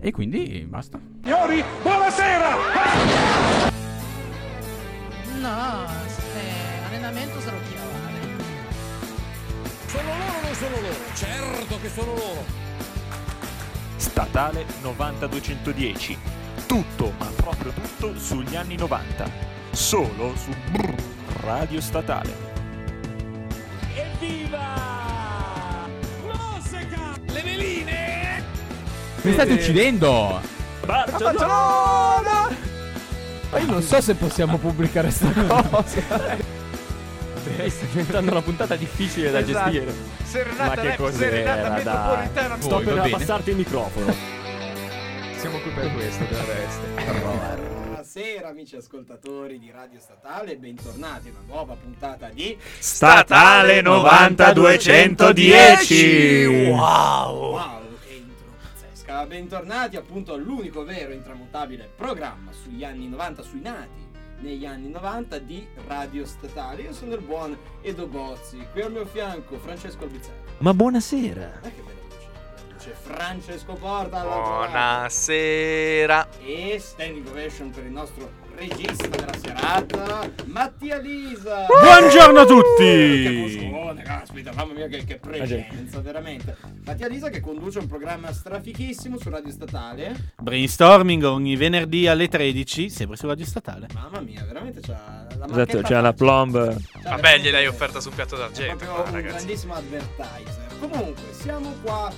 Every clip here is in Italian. E quindi basta. Signori, buonasera! No, eh, allenamento se lo chiamano. Sono loro o non sono loro? Certo che sono loro! Statale 90210. Tutto, ma proprio tutto sugli anni 90. Solo su Brrr Radio Statale. Evviva! Mosica! Le veline! Mi Eh, state uccidendo! Barcellona! Ma io non so se possiamo pubblicare sta cosa. Sta diventando una puntata difficile da Esatto. gestire. Ma Serenata che rap, cos'era, serenata dai? metropolitana. Voi, Sto va per bene. abbassarti il microfono. Siamo qui per questo, del resto. Buonasera amici ascoltatori di Radio Statale, bentornati a una nuova puntata di Statale 90210. Wow, che intro pazzesca! Ah, Bentornati appunto all'unico vero e intramontabile programma sugli anni 90, sui nati negli anni 90 di Radio Statale. Io sono il buon Edo Bozzi, qui al mio fianco Francesco Albizzarri. Ma buonasera. Ma che bella voce! C'è Francesco Porta all'altro lato. Buonasera. e standing ovation per il nostro regista della serata, Mattia Lisa. Buongiorno a Che tutti! muscolone, caspita, mamma mia Ah, che, che presenza, veramente. Mattia Lisa che conduce un programma strafichissimo su Radio Statale. Brainstorming ogni venerdì alle 13, sempre su Radio Statale. Mamma mia, veramente c'ha la Esatto, c'è la plomb. Vabbè, gliel'hai offerta su un piatto È d'argento, proprio qua, un ragazzi. grandissimo advertiser. Comunque, siamo qua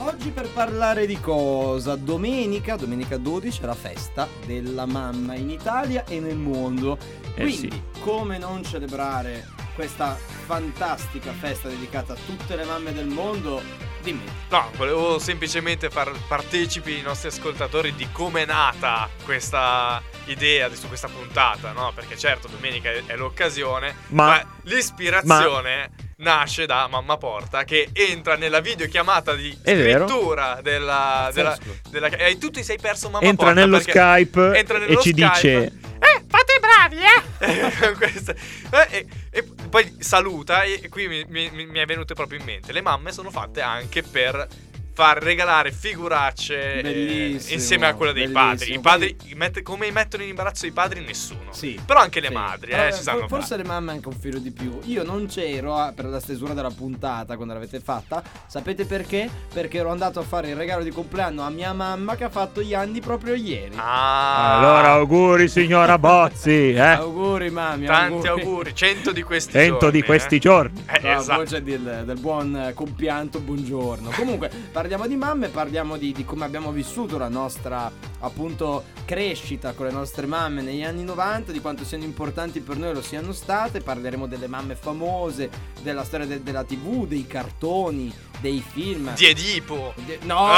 oggi per parlare di cosa? Domenica, domenica 12 è la festa della mamma in Italia e nel mondo. Eh Quindi, sì. come non celebrare questa fantastica festa dedicata a tutte le mamme del mondo? Dimmi. No, volevo semplicemente far partecipi i nostri ascoltatori di come è nata questa idea di- su questa puntata, no? Perché certo, domenica è, è l'occasione, ma, Ma- l'ispirazione nasce da Mamma Porta che entra nella videochiamata di È vero. scrittura della, della, della- E tu ti sei perso Mamma Entra Porta nello perché- Skype entra e nello ci Skype. dice Eh, fate i bravi, eh! Questa- eh, e, e poi saluta, e e qui mi, mi- mi- mi è venuto proprio in mente. Le mamme sono fatte anche per far regalare figuracce eh, Bellissimo, insieme a quella dei padri. I bellissimo. padri mette- come mettono in imbarazzo i padri nessuno. Sì. Però anche le Sì. madri, Allora, eh, ci sanno for- Forse fare. le mamme anche un filo di più. Io non c'ero ah, per la stesura della puntata quando l'avete fatta. Sapete perché? Perché ero andato a fare il regalo di compleanno a mia mamma che ha fatto gli anni proprio ieri. Ah, Allora auguri signora Bozzi, eh? Auguri mamma. tanti auguri, 100 di questi 100 di giorni, questi eh. giorni. Eh, La esatto. voce del, del buon eh, compianto, buongiorno. Comunque, parliamo di mamme, parliamo di, di come abbiamo vissuto la nostra appunto crescita con le nostre mamme negli anni 90, di quanto siano importanti per noi lo siano state. Parleremo delle mamme famose, della storia de- della TV, dei cartoni, dei film. Di Edipo. De- no,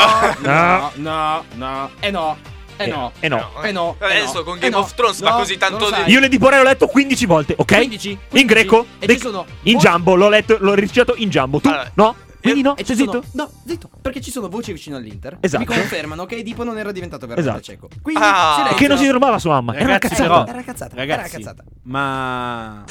no, No. no, no, e no, e no. Eh no. Eh no, eh Adesso no, con eh Game no, of Thrones fa no, così tanto non lo di- sai. Io le di Borè l'ho letto 15 volte, ok? 15, In 15, greco, e de- ci sono in molti- giambo, l'ho letto, l'ho recitato in giambo. Tu Allora, no? Quindi io- no? E Stai ci zitto. sono- no, zitto, perché ci sono voci vicino all'Inter Esatto. che mi confermano che Edipo non era diventato veramente Esatto. cieco. Quindi Ah. silenzio. E che non si trovava sua mamma, era una Ragazzi, cazzata. però- Era una cazzata, era una Ragazzi, cazzata. ma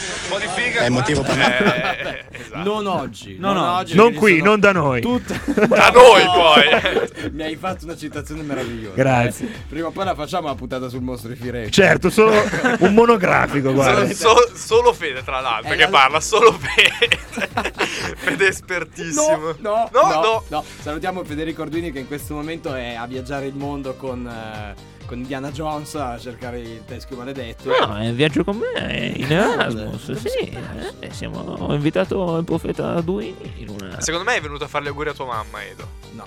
È motivo per Eh, esatto. Non oggi, No, no, oggi, Non perché qui, sono non da noi. tutte- Da noi poi. Mi hai fatto una citazione meravigliosa. Grazie. Eh, Prima o poi la facciamo la puntata sul mostro di Firenze. Certo, solo un monografico, guarda. Solo, so- solo Fede, tra l'altro, Eh, che la- parla solo Fede. Fede è espertissimo. No, no, no. no. Salutiamo Federico Orduini che in questo momento è a viaggiare il mondo con, eh, con Indiana Jones a cercare il teschio maledetto. Ah, No, è in viaggio con me in Erasmus. Dove Sì, eh, siamo- ho invitato il profeta Duini in una. Secondo me è venuto a fare gli auguri a tua mamma, Edo. No,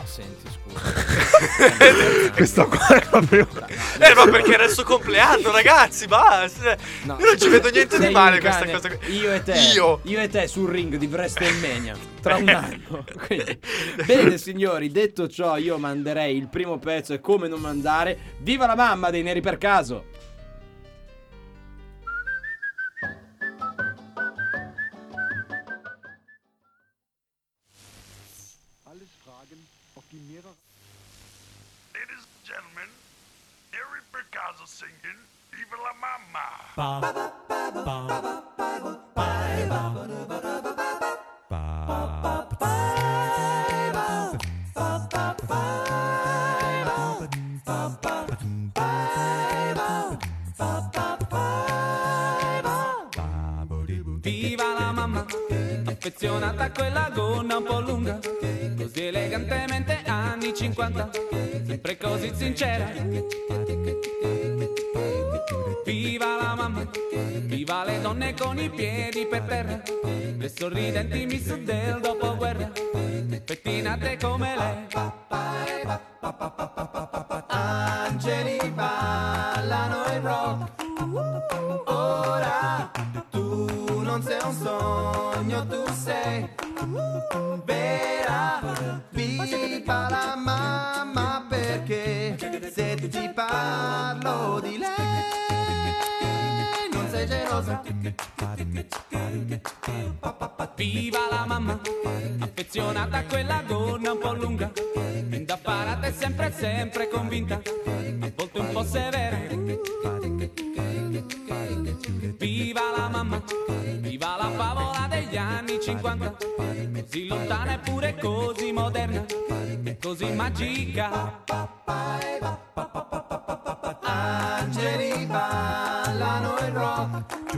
senti, scusa. Questo qua è proprio. Eh, ma perché era il suo compleanno, ragazzi, basta. No. Io non ci vedo niente Sei di male un in questa cane. cosa qui. Io e te. Io. Io e te sul ring di WrestleMania tra un anno. Quindi, Bene, signori, detto ciò, io manderei il primo pezzo e come non mandare. Viva la mamma dei neri per caso! Ladies and gentlemen, Harry Picasso singing Viva la Mamma. Affezionata a quella gonna un po' lunga, così elegantemente anni 50, sempre così sincera. Viva la mamma, viva le donne con i piedi per terra, le sorridenti miss del dopoguerra, pettinate come lei. Angeli ballano il rock. Ora tu non sei un sogno, tu sei vera. Viva la mamma perché se ti parlo di lei non sei gelosa. Viva la mamma, affezionata a quella gonna un po' lunga, indaffarata e sempre, sempre convinta, a volte un po' severa. Viva la mamma, viva la favola degli anni 50, così lontana eppure così moderna, e così magica. Angeli ballano il rock.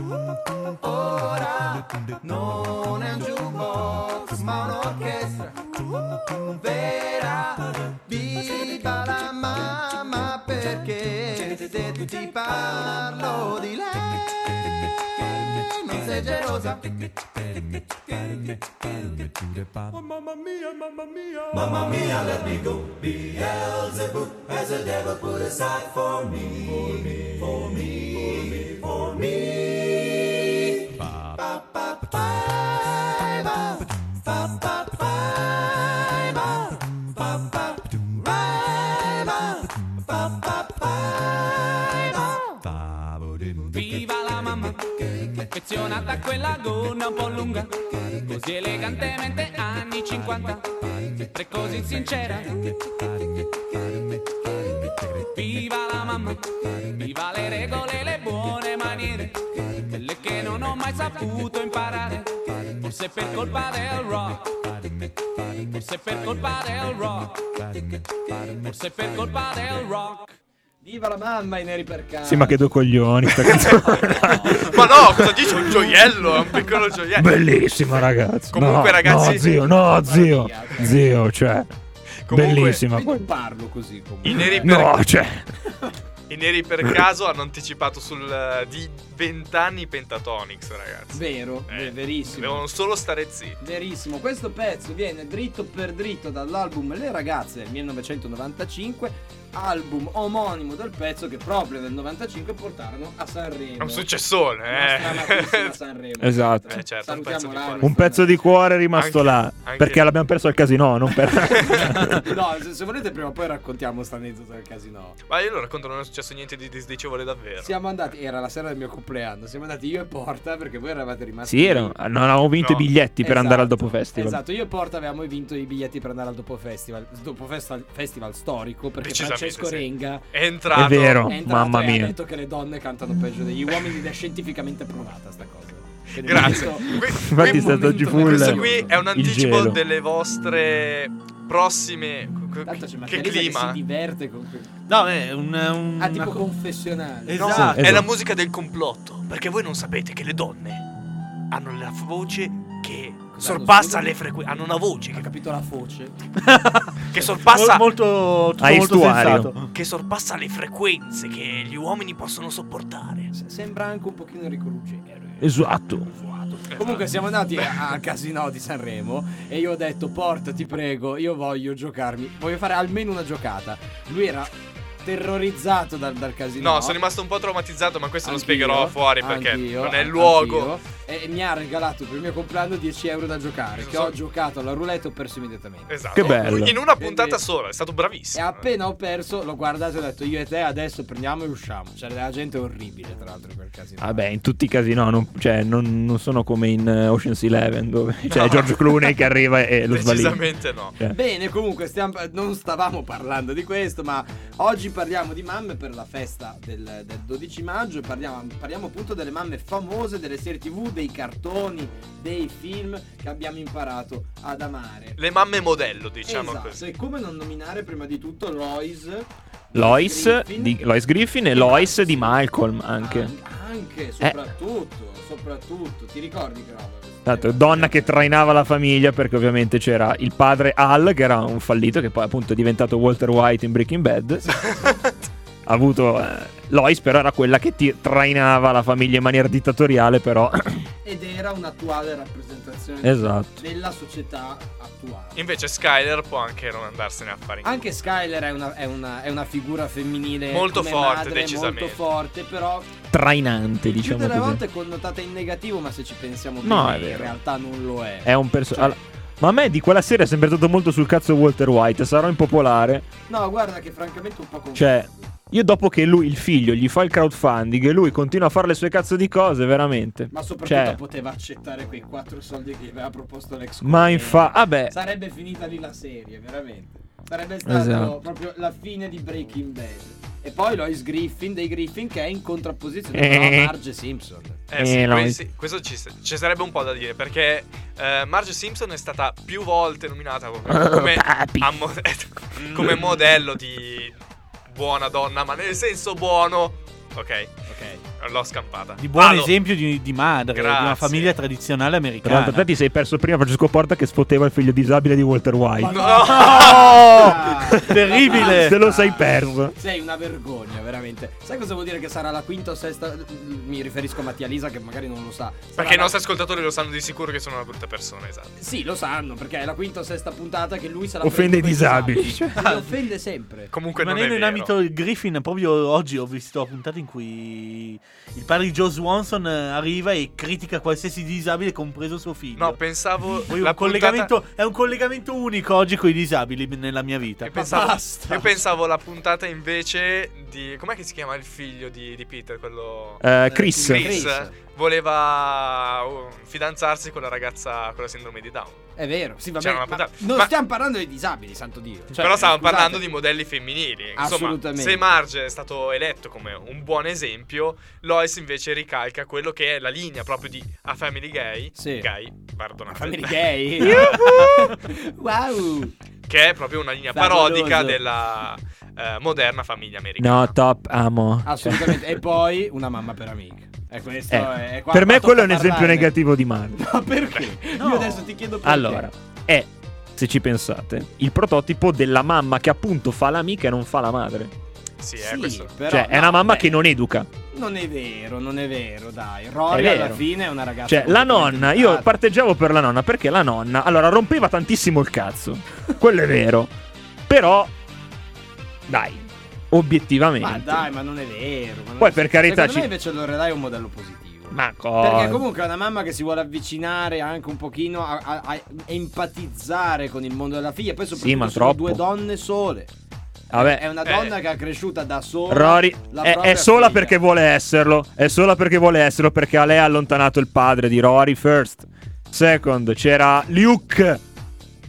Ora non è un jukebox ma un'orchestra. Vera, viva la mamma perché se ti parlo di lei non sei gelosa. Oh, mamma mia, mamma mia. Mamma mia, let me go. Beelzebub has a devil put aside for me. For me, for me, for me. Ba, ba, ba, ba, ba, ba, ba, ba, ba, ba, ba, ba, ba, ba, ba. Viva la mamma, affezionata a quella gonna un po' lunga, così elegantemente anni 50, sempre così sincera. Viva la mamma, viva le regole e le buone maniere, quelle che non ho mai saputo imparare, forse per colpa del rock, forse per colpa del rock, forse per colpa del rock. Viva la mamma, i neri per caso. Sì, ma che due coglioni. sta canzone. Ma no, cosa dici? Un gioiello, è un piccolo gioiello. Bellissima, ragazzi. Comunque, No, ragazzi- No, zio, no, zio. Zio, cioè. Comunque- Bellissima. Io non parlo così comunque. I neri per, No, cioè. I neri per caso hanno anticipato sul, eh, di 20 anni Pentatonix, ragazzi. Eh, Vero, verissimo. Devono solo stare zitti. Verissimo, questo pezzo viene dritto per dritto dall'album Le ragazze del 1995, album omonimo del pezzo che proprio nel 95 portarono a Sanremo. È un successone, eh. Una stranatissima Sanremo. Esatto. Eh, certo, un Salutiamo pezzo di Rami. cuore. Un pezzo di cuore è rimasto Anche- là. anche- Perché l'abbiamo perso al casino, non per. no, se, se volete prima o poi raccontiamo sta aneddoto del casino. Ma io lo racconto, non è successo niente di disdicevole davvero. Siamo andati, era la sera del mio compleanno, siamo andati io e Porta perché voi eravate rimasti... Sì, ero- non avevamo vinto i biglietti per andare al dopo festival. Esatto, io e Porta avevamo vinto i biglietti per andare al dopo festival, dopo festival, festival storico perché Decisamente Francesco sì. Renga È entrato. È vero, entrato mamma e mia. Ha detto che le donne cantano peggio degli uomini ed è scientificamente provata sta cosa. Quindi Grazie. questo- Que- Infatti è stato oggi full Questo qui è un il anticipo gelo. delle vostre prossime. Tanto c'è Che Margherita che si clima? diverte con que- No, è un. un Ah, tipo confessionale. No, Esatto. è la Esatto. musica del complotto. Perché voi non sapete che le donne hanno la voce che sorpassa le frequenze. Hanno una voce Ha che, capito la voce? che Mol- sorpassa. molto- tutto molto estuario. sensato. Che sorpassa le frequenze che gli uomini possono sopportare. S- sembra anche un pochino eh. Enrico Ruggero. Esatto. Comunque siamo andati a- al casino di Sanremo e io ho detto Porta ti prego, io voglio giocarmi, voglio fare almeno una giocata. Lui era terrorizzato dal, dal casino. No, sono rimasto un po' traumatizzato, ma questo Anch'io, lo spiegherò fuori perché anch'io, non è il anch'io. luogo. E mi ha regalato per il mio compleanno 10 euro da giocare. Che ho giocato alla roulette e ho perso immediatamente. Esatto. Che bello. In una puntata Quindi- sola, è stato E bravissimo. appena ho perso, l'ho guardato e ho detto io e te adesso prendiamo e usciamo. Cioè, la gente è orribile, tra l'altro, in quel casino. Vabbè, in tutti i casi no, non, cioè, non, non sono come in eh, Ocean's Eleven dove c'è George Clooney che arriva e lo sbaglia. Decisamente no. Bene, comunque stiamo- non stavamo parlando di questo, ma oggi parliamo di mamme per la festa del, del 12 maggio e parliamo, parliamo appunto delle mamme famose, delle serie tv, dei cartoni, dei film che abbiamo imparato ad amare. Le mamme modello, diciamo esatto, così. e come non nominare prima di tutto Lois Lois, Griffin. di, Lois Griffin e Lois di Malcolm anche. An- anche, soprattutto, soprattutto. Ti ricordi che roba? Esatto, Tanto, donna che trainava la famiglia perché ovviamente c'era il padre Al che era un fallito che poi appunto è diventato Walter White in Breaking Bad. ha avuto eh, Lois però era quella che ti trainava la famiglia in maniera dittatoriale però Ed era un'attuale rappresentazione Esatto. della società attuale. Invece Skyler può anche non andarsene a fare in Anche Skyler è una, è una- è una figura femminile Molto come forte, madre, decisamente. Molto forte, però trainante più diciamo delle così. volte è connotata in negativo, ma se ci pensiamo bene, No, è in vero. realtà non lo è. È un Cioè personaggio ma a me di quella serie è sempre stato molto sul cazzo Walter White, sarò impopolare. No, guarda che francamente un po' confuso. Cioè, io dopo che lui, il figlio, gli fa il crowdfunding e lui continua a fare le sue cazzo di cose, veramente. Ma soprattutto Cioè, poteva accettare quei quattro soldi che gli aveva proposto l'ex. Ma collega. infa- vabbè. Sarebbe finita lì la serie, veramente. Sarebbe stato Esatto. proprio la fine di Breaking Bad. E poi Lois Griffin dei Griffin che è in contrapposizione Eh. con Marge Simpson. Eh, Eh, sì, no, que- mi- sì, questo ci, s- ci sarebbe un po' da dire perché eh, Marge Simpson è stata più volte nominata come, come- a mo- come modello di buona donna, ma nel senso buono. Ok, ok, l'ho scampata. Di buon Vado. esempio di, di madre, di una Grazie. famiglia tradizionale Tra l'altro, te americana. ti sei perso prima Francesco Porta che sfotteva il figlio disabile di Walter White. No! Terribile! Te lo sei perso. Sei una vergogna, veramente. Sai cosa vuol dire che sarà la quinta o sesta? Mi riferisco a Mattia Lisa che magari non lo sa. Sarà Perché i la- nostri ascoltatori lo sanno di sicuro che sono una brutta persona, esatto. Sì, lo sanno, perché è la quinta o sesta puntata che lui sarà Offende i disabili. Li offende sempre. Comunque Rimanendo in ambito Griffin, proprio oggi ho visto la puntata in cui il padre di Joe Swanson eh, arriva e critica qualsiasi disabile, compreso suo figlio. No, pensavo Poi la un collegamento- È un collegamento unico oggi con i disabili nella mia vita. Io pensavo, io pensavo la puntata invece di. Com'è che si chiama il figlio di, di Peter? Quello. Eh, Chris. Chris. Voleva uh, fidanzarsi con la ragazza con la sindrome di Down. È vero, sì, va C'era bene. una puntata. ma non Ma- stiamo parlando dei disabili, santo Dio. Cioè, Però stavamo scusate. parlando di modelli femminili. Insomma, Assolutamente. se Marge è stato eletto come un buon esempio, Lois invece ricalca quello che è la linea proprio di A Family Gay. Sì. Gay, perdonate. Family gay. wow. che è proprio una linea Favoloso. parodica della eh, moderna famiglia americana. No, top, amo. Ah, Assolutamente. e poi una mamma per amica. E questo Eh, è qua- per me qua quello è un tocca esempio parlarne. negativo di Marvel. Ma perché? Io adesso ti chiedo perché. Allora, è, se ci pensate, il prototipo della mamma che appunto fa l'amica e non fa la madre. Sì, eh, è questo. cioè, è una mamma che non educa. Non è vero, non è vero, dai. Rory È alla vero. fine è una ragazza. Ah, Cioè, la completamente nonna, educata. io parteggiavo per la nonna perché la nonna, allora, rompeva tantissimo il cazzo. Quello è vero. Però, dai, obiettivamente. Ma dai, ma non è vero. ma non Poi, è- per carità, Secondo ci- me invece Lorelai è un modello positivo. Ma Perché cosa? comunque è una mamma che si vuole avvicinare anche un pochino a, a- a empatizzare con il mondo della figlia. Poi soprattutto ma sono troppo. due donne sole. Vabbè. È una donna che ha cresciuta da sola. Rory la è, propria è sola figlia. perché vuole esserlo. È sola perché vuole esserlo perché a lei ha allontanato il padre di Rory. First, second, c'era Luke.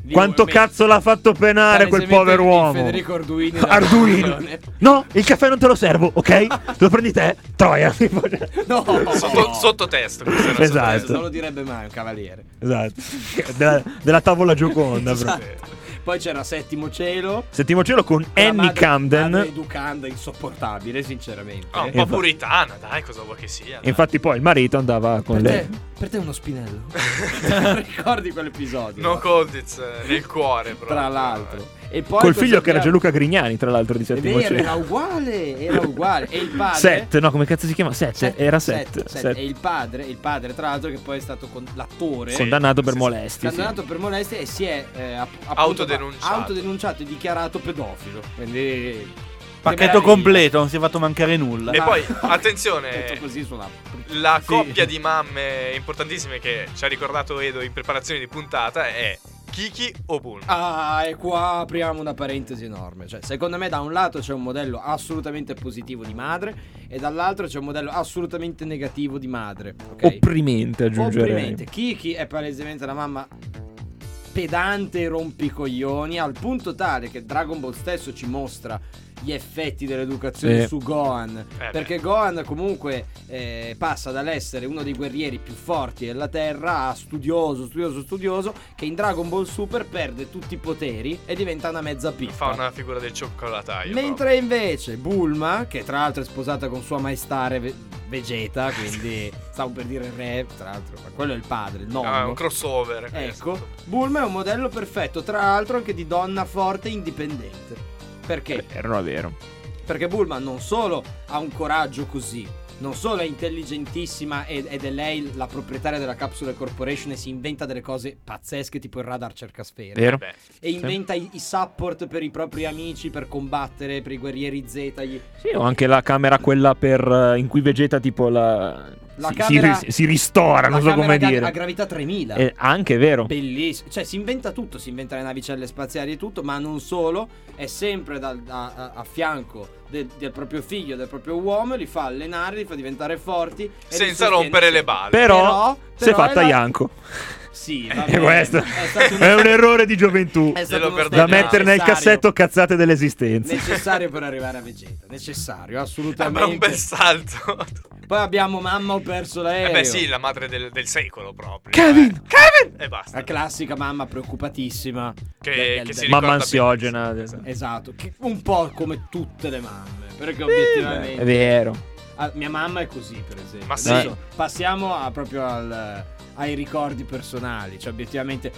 Quanto me- cazzo l'ha fatto penare quel Palesemente povero il uomo? Federico Arduini. Arduino. No, il caffè non te lo servo, ok? Te lo prendi te, troia. Oh, No, Sotto, sottotesto. questo era Esatto. sottotesto. non lo direbbe mai un cavaliere. esatto. Della, della tavola gioconda. Esatto. proprio. Poi c'era Settimo Cielo. Settimo cielo con La Annie madre- madre Camden. Eh, educanda, insopportabile, sinceramente. Ah, un po' puritana, dai, cosa vuoi che sia? E infatti poi il marito andava con Per te, lei. per te è uno spinello. Non ricordi quell'episodio? No Colditz nel cuore, proprio. Tra l'altro. E poi Col figlio che era Gianluca Gianluca Grignani, tra l'altro, di È settimo vero, cielo. era uguale, era uguale. E il padre... Set, no, come cazzo si chiama? Set, cioè, era set. Set, set. Set. E il padre, il padre, tra l'altro, che poi è stato con- l'attore. Condannato per molestie. sì. Condannato per molestia e si è eh, app- appunto- Autodenunciato. autodenunciato e dichiarato pedofilo. Quindi Pacchetto completo, non si è fatto mancare nulla. E poi, Ah, Detto attenzione, così suona. la coppia di mamme importantissime che ci ha ricordato Edo in preparazione di puntata è Kiki o Bulma. Ah, e qua apriamo una parentesi enorme. Cioè, secondo me, da un lato c'è un modello assolutamente positivo di madre, e dall'altro c'è un modello assolutamente negativo di madre. ok? Opprimente, aggiungerei. Opprimente. Kiki è palesemente la mamma pedante e rompicoglioni al punto tale che Dragon Ball stesso ci mostra gli effetti dell'educazione Sì. su Gohan. beh. perché Gohan comunque eh, passa dall'essere uno dei guerrieri più forti della Terra a studioso, studioso, studioso, che in Dragon Ball Super perde tutti i poteri e diventa una mezza pippa. Fa una figura del cioccolataio. Mentre invece Bulma, che tra l'altro è sposata con sua maestà Ve- Vegeta, quindi stavo per dire re, tra l'altro, ma quello è il padre, il nonno. Ah, è un crossover. eh, Ecco, Bulma è un modello perfetto, tra l'altro anche di donna forte e indipendente. Perché? non è Eh, vero. Perché Bulma non solo ha un coraggio così, non solo è intelligentissima ed, ed è lei la proprietaria della Capsule Corporation e si inventa delle cose pazzesche tipo il radar cercasfere. Vero. Beh, E Eh, sì. inventa i, i support per i propri amici per combattere, per i guerrieri Z. Gli... Sì, o anche la camera quella per, eh, in cui vegeta tipo la, La si, camera- si ri- si ristora, non la so come camera a gra- dire. a gravità 3000. Eh, anche vero. Bellissimo, cioè si inventa tutto, si inventa le navicelle spaziali e tutto, ma non solo, è sempre dal- a, a- a fianco del, del proprio figlio, del proprio uomo, li fa allenare, li fa diventare forti. e li Senza sostiene rompere le sempre. balle. Però, si è però fatta è la- Yanko. Sì, va E bene. questo stato un- è un errore di gioventù È stato Glielo uno da perdoniamo. mettere nel Eh, necessario. cassetto cazzate dell'esistenza. Necessario per arrivare a Vegeta, necessario, assolutamente. Ma un bel salto. Poi abbiamo mamma ho perso l'aereo. Eh beh, sì, la madre del, del secolo proprio. Eh, Kevin! Kevin! E basta. La classica mamma preoccupatissima. Che- che si ricorda Mamma bene. ansiogena. Esatto, che- un po' come tutte le mamme, perché È obiettivamente... eh, vero. Ah, mia mamma è così, per esempio. Ma sì. Adesso passiamo a- proprio al- ai ricordi personali. Cioè, obiettivamente,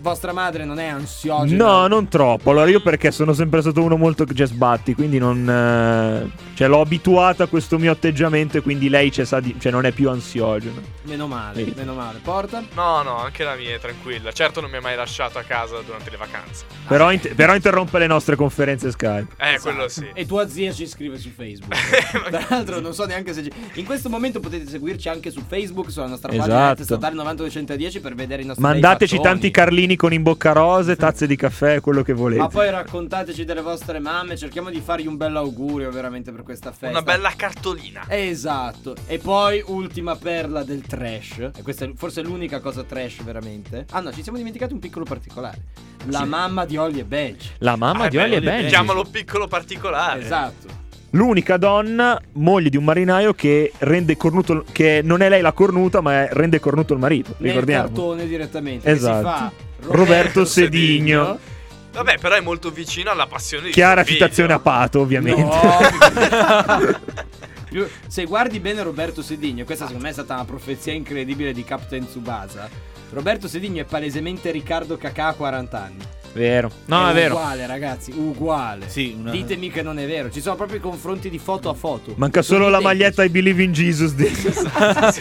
vostra madre non è ansiogena. No, non troppo. Allora io perché sono sempre stato uno molto che sbatti, quindi non... eh, Cioè l'ho abituata a questo mio atteggiamento e quindi lei cioè, sa di- cioè, non è più ansiogena. Meno male, Sì. meno male. Porta. No, no, anche la mia è tranquilla. Certo non mi ha mai lasciato a casa durante le vacanze. Ah. Però, int- però interrompe le nostre conferenze Skype. Eh, quello sì. Esatto. E tua zia ci scrive su Facebook. Tra l'altro, non so neanche se. ci- In questo momento potete seguirci anche su Facebook, sulla nostra pagina Esatto. Net statale 9210 per vedere i nostri bei Mandateci faccioni. tanti carlini con in bocca rose, tazze di caffè, quello che volete. Ma poi raccontateci delle vostre mamme, cerchiamo di fargli un bel augurio veramente per questa festa. Una bella cartolina. Esatto. E poi ultima perla del trash. E questa è forse l'unica cosa trash veramente. Ah no, ci siamo dimenticati un piccolo particolare. La Sì. mamma di Olly e Benji. La mamma Ah, di Oli Eh, è Benji. Chiamalo piccolo particolare. Esatto. L'unica donna, moglie di un marinaio che rende cornuto che non è lei la cornuta, ma è- rende cornuto il marito, Nel ricordiamo. cartone direttamente. Che si fa Esatto. Roberto Sedigno. Vabbè, però è molto vicino alla passione di Chiara suo figlio. citazione a Pato, ovviamente. Più- Se guardi bene Roberto Sedigno, questa secondo me è stata una profezia incredibile di Captain Tsubasa. Roberto Sedigno è palesemente Riccardo Cacà a 40 anni. Vero. No, è, vero. Uguale, ragazzi, uguale. Sì, una- Ditemi che non è vero. Ci sono proprio i confronti di foto a foto. Manca Sono solo la identici. maglietta I Believe in Jesus. di- Ah,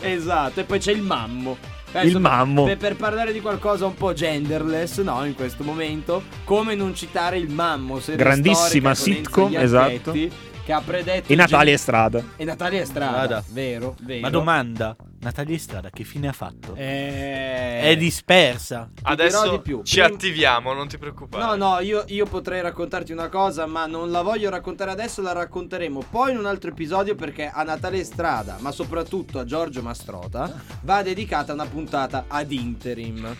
esatto, e poi c'è il mammo. Eh, Il mammo. Per, per parlare di qualcosa un po' genderless, no, in questo momento, come non citare il mammo? serie Grandissima storica sitcom, con Enzo esatto. Iacchetti, Che ha predetto. E Natalia Gen- Estrada. E Natalia Estrada, vero, vero. Ma domanda, Natalia Estrada che fine ha fatto? Eh, È dispersa. Ti Adesso dirò di più. ci Prima- attiviamo, non ti preoccupare. No, no, io, io potrei raccontarti una cosa, ma non la voglio raccontare adesso, la racconteremo poi in un altro episodio perché a Natale Strada, ma soprattutto a Giorgio Mastrota, va dedicata una puntata ad interim.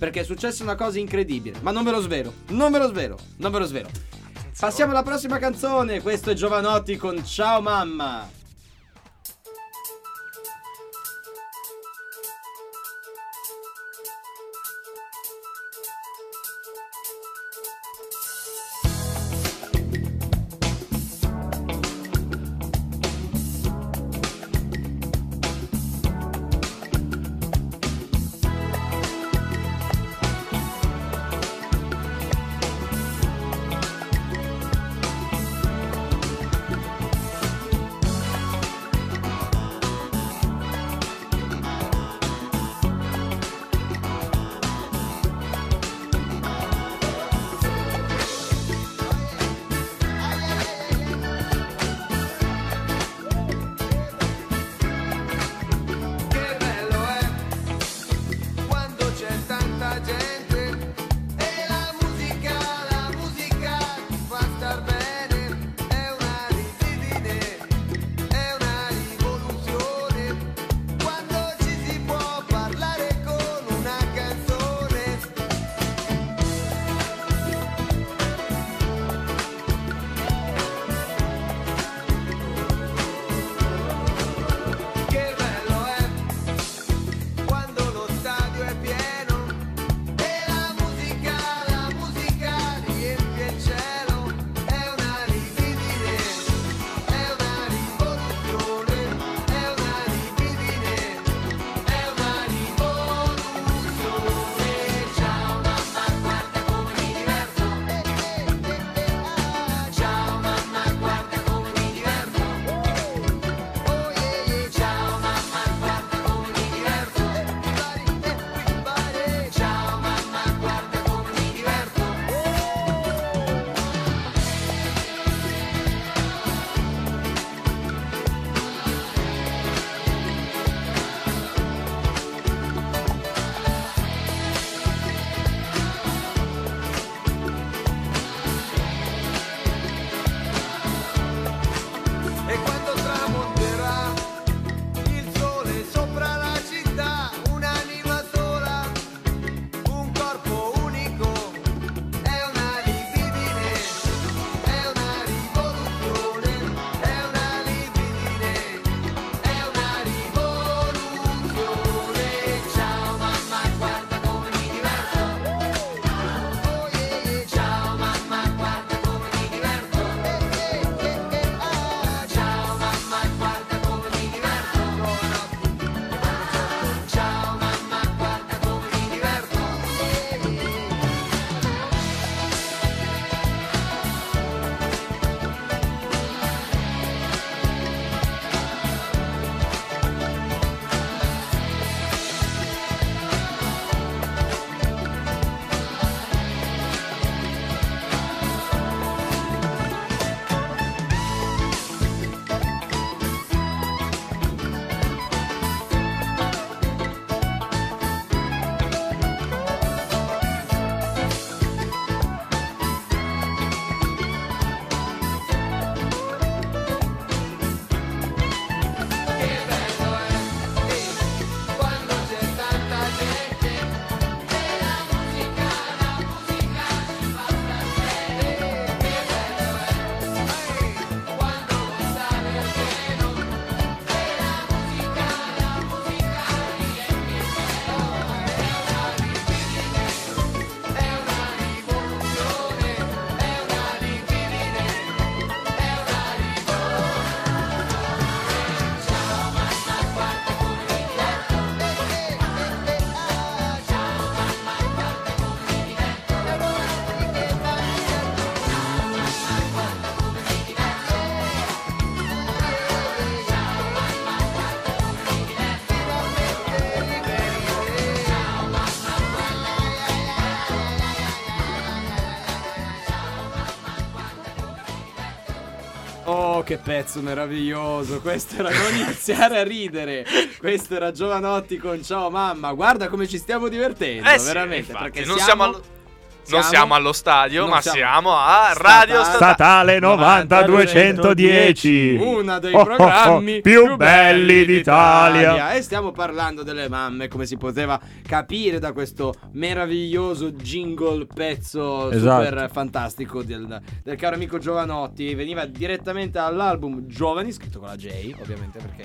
Perché è successa una cosa incredibile, ma non ve lo svelo, non ve lo svelo, non ve lo svelo. Passiamo alla prossima canzone, questo è Giovanotti con Ciao mamma. Ciao mamma, eh. Oh, Che pezzo meraviglioso, questo era non iniziare a ridere. Questo era Giovanotti con Ciao mamma, guarda come ci stiamo divertendo, Eh sì, veramente, infatti, perché non siamo, siamo allo- non siamo allo stadio, non ma siamo- siamo, a Radio Statale. Statale 90 210. Uno dei Oh, oh, oh, programmi più belli d'Italia. E stiamo parlando delle mamme, come si poteva capire da questo meraviglioso jingle pezzo Esatto. super fantastico del, del caro amico Giovanotti. Veniva direttamente all'album Giovani, scritto con la J, ovviamente perché.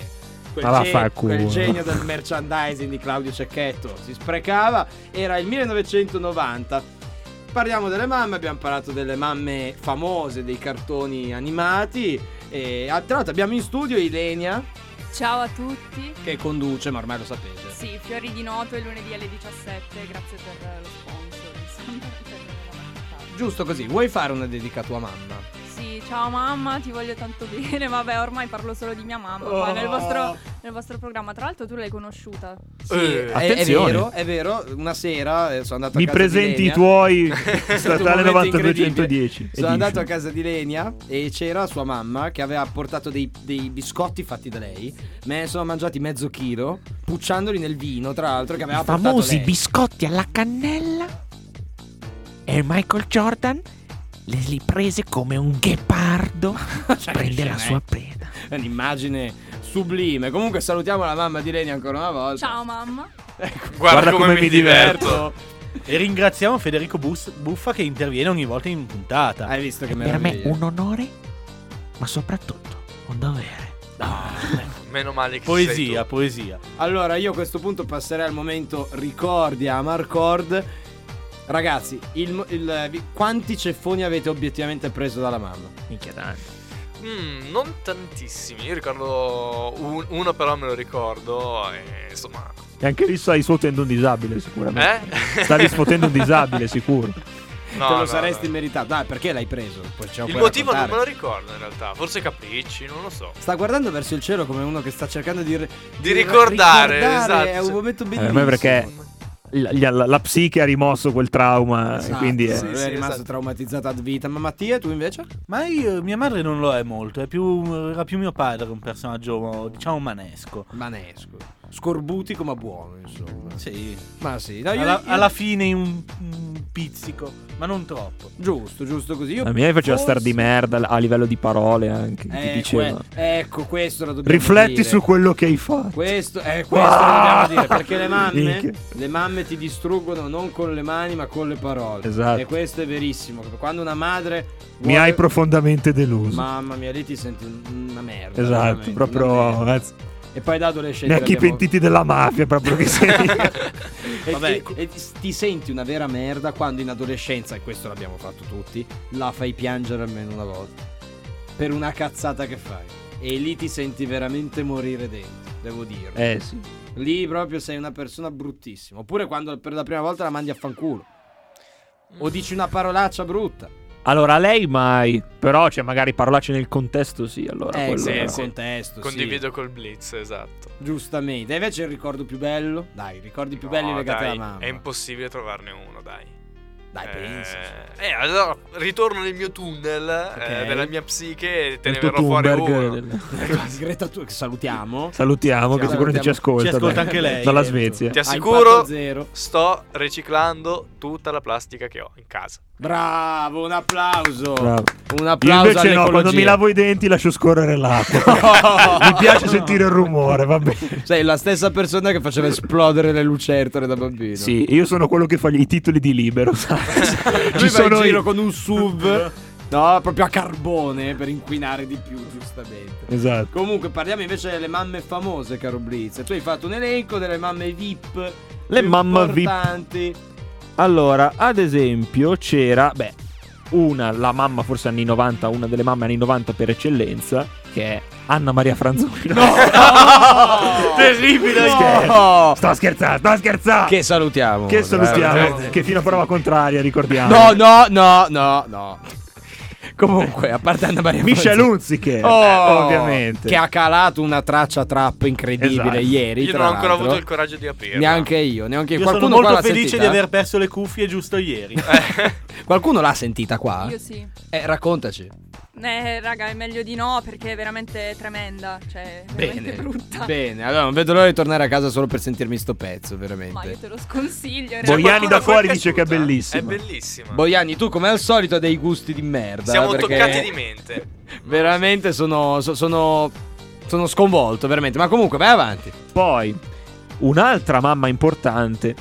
Quel, Ma vaffa al culo. quel genio del merchandising di Claudio Cecchetto si sprecava. Era il 1990. Parliamo delle mamme, abbiamo parlato delle mamme famose dei cartoni animati. E ah, tra l'altro abbiamo in studio Ilenia Ciao a tutti. che conduce, ma ormai lo sapete. Sì, Fiori di Noto è lunedì alle 17. Grazie per eh, lo sponsor. insomma, per la puntata. Giusto così, vuoi fare una dedica a tua mamma? Sì, ciao mamma, ti voglio tanto bene. Vabbè, ormai parlo solo di mia mamma. qua Oh. nel, vostro, nel vostro programma. Tra l'altro, tu l'hai conosciuta. Sì, Eh, è- è, attenzione. vero, è vero, una sera eh, sono andato Mi a casa di presenti Lenia. i tuoi È stato un statale momento 9210 incredibile. e Sono dici. andato a casa di Lenia e c'era sua mamma che aveva portato dei, dei biscotti fatti da lei. Me ne sono mangiati mezzo chilo, pucciandoli nel vino, tra l'altro, che aveva portato famosi lei. biscotti alla cannella e Michael Jordan le li prese come un ghepardo Cioè, prende la sua preda. eh. È un'immagine sublime. Comunque salutiamo la mamma di Lenia ancora una volta. Certo. Ciao mamma. Guarda come mi diverto. Certo. diverto. E ringraziamo Federico Bus- Buffa che interviene ogni volta in puntata. Eh, Hai visto che Per me un onore, ma soprattutto un dovere. Meno male che ci sei Poesia, poesia. Allora, io a questo punto passerei al momento ricordi a Marcord. Ragazzi, il mo- il- vi- quanti ceffoni avete obiettivamente preso dalla mamma? Minchia tanto. tu. Mm, non tantissimi. Io ricordo un- uno, però me lo ricordo. e, insomma, E anche lì stai sfotendo un disabile sicuramente. Eh? Stavi sfotendo un disabile sicuro. No, Te lo no, saresti meritato. Dai, perché l'hai preso? Poi ce lo il puoi motivo non raccontare. me lo ricordo in realtà. Forse capricci, non lo so. Sta guardando verso il cielo come uno che sta cercando di, re- Di ricordare, ricordare. È esatto, un sì. momento Eh, bellissimo. ma perché la, gli- la- la psiche ha rimosso quel trauma. e Esatto, quindi è... sì, lui è rimasto esatto. traumatizzato ad vita. Ma Mattia, tu invece? Ma io, mia madre non lo è molto, è più, era più mio padre un personaggio, diciamo, manesco. Manesco. Scorbutico ma buono, insomma. Sì. Ma sì, dai, io- alla, io- alla fine un, un pizzico, ma non troppo. Giusto, giusto così. Io A me faceva forse- star di merda a livello di parole anche. ti Eh, diceva. que- ecco, questo lo dobbiamo Rifletti dire. su quello che hai fatto. Questo, eh, questo Ah! lo dobbiamo dire perché le mamme, Minchia. le mamme ti distruggono non con le mani ma con le parole. Esatto. E questo è verissimo. Quando una madre. Mi vuole- hai profondamente deluso. Mamma mia, lì ti senti un- una merda. esatto, veramente, una proprio. merda. anzi, E poi da adolescente. Ne ha chi l'abbiamo- pentiti della mafia, proprio che sei. E, Vabbè. ti- e ti, ti senti una vera merda quando in adolescenza, e questo l'abbiamo fatto tutti, la fai piangere almeno una volta. Per una cazzata che fai. E lì ti senti veramente morire dentro, devo dirlo. Eh, sì. Lì proprio sei una persona bruttissima. Oppure quando per la prima volta la mandi a fanculo. Mm. O dici una parolaccia brutta. Allora, a lei mai. Però, cioè, magari parolacce nel contesto, sì. Allora, quello Eh, sì, era- sì. contesto, sì. Condivido col Blitz, esatto. Giustamente. E invece il ricordo più bello? Dai, i ricordi più belli No, legati dai, alla mamma. È impossibile trovarne uno, dai. Dai, eh, pensa. eh, allora ritorno nel mio tunnel eh, Ok. della mia psiche e te ne tuo verrò fuori Thunberg uno. Greta Thunberg, salutiamo. Salutiamo, che sicuramente ci ascolta. dai. Dalla Svezia. Ti Hai assicuro, fatto zero. sto riciclando tutta la plastica che ho in casa. Bravo, un applauso. Bravo. Un Io applauso. invece no, all'ecologia. quando mi lavo i denti lascio scorrere l'acqua. mi piace sentire il rumore, va bene. Sei la stessa persona che faceva esplodere le lucertole da bambino. Sì, io sono quello che fa i titoli di libero, sai? Lui Ci va in sono giro i- con un SUV. No, proprio a carbone per inquinare di più, giustamente. Esatto. Comunque, parliamo invece delle mamme famose, caro Blitz. Tu hai fatto un elenco delle mamme VIP. Le più mamme VIP. importanti. Allora, ad esempio, c'era, beh, una, la mamma forse anni 90, una delle mamme anni 90 per eccellenza, che è Anna Maria Franzoni. No! Terribile! Scherzo. Sto scherzando, sto scherzando! Che salutiamo. Che salutiamo, veramente. che fino a prova contraria, ricordiamo. No, no, no, no, no. Comunque, a parte Anna Maria Michel Franzoni- Hunziker, Oh, ovviamente. Che ha calato una traccia trap incredibile Esatto. ieri. Io tra non ho ancora l'altro. avuto il coraggio di aprirla. Neanche io, neanche Io qualcuno sono qua molto l'ha felice sentita? eh? di aver perso le cuffie giusto ieri. Qualcuno l'ha sentita qua? Io sì. Eh, raccontaci. Eh, raga, è meglio di no perché è veramente tremenda. Cioè, è veramente brutta. Bene, allora non vedo l'ora di tornare a casa solo per sentirmi sto pezzo, Ma io veramente. te lo sconsiglio. Boiani da fuori dice che è bellissimo. È bellissima. Boiani, tu come al solito hai dei gusti di merda. Siamo perché toccati di mente. Veramente sono, so- sono, sono sconvolto, veramente. Ma comunque, vai avanti. Poi, un'altra mamma importante,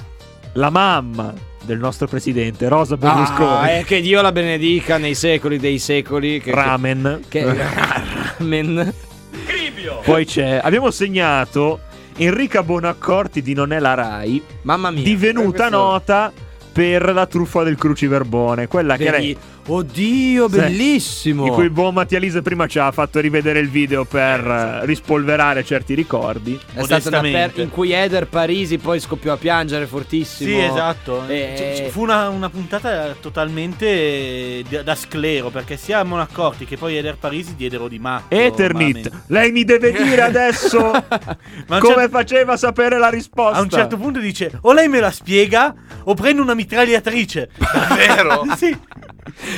la mamma del nostro presidente, Rosa Ah, Berlusconi. eh, che Dio la benedica nei secoli dei secoli. Che, Ramen. Che, ramen. Poi c'è, abbiamo segnato Enrica Bonaccorti di Non è la Rai, mamma mia, divenuta nota per la truffa del cruciverbone, quella che Vedi? lei Oddio, Sì. bellissimo. Di cui il buon Mattia Lise prima ci ha fatto rivedere il video per eh, Oh, rispolverare certi ricordi. È stata una per- in cui Eder Parisi poi scoppiò a piangere fortissimo. Sì, esatto. E- Cioè, ci fu una, una puntata totalmente eh, da, da sclero, perché sia Monaccorti che poi Eder Parisi diedero di matto. Eternit, veramente. lei mi deve dire adesso Ma a un come certo- faceva a sapere la risposta. A un certo punto dice, o lei me la spiega, o prendo una mitragliatrice. Vero? sì.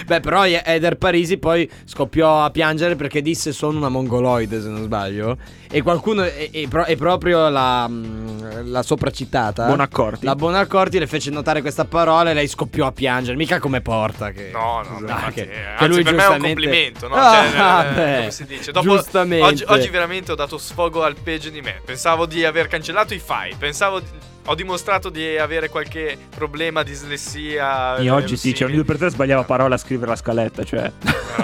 Beh, però Eder Parisi poi scoppiò a piangere perché disse sono una mongoloide, se non sbaglio. E qualcuno, e, e pro- e proprio la, mm, la sopracitata, Eh? Bonaccorti. la Bonaccorti le fece notare questa parola e lei scoppiò a piangere. Mica come porta. Che... No, no, no, Esatto, infatti, che- eh, che anzi, lui per me è un giustamente- complimento, no? Ah, Cioè, eh, beh, come si dice? Dopo- giustamente. Oggi, oggi veramente ho dato sfogo al peggio di me. Pensavo di aver cancellato i file, pensavo di- ho dimostrato di avere qualche problema dislessia. E eh, oggi sì, simile. cioè ogni due per tre sbagliava parola a scrivere la scaletta, cioè...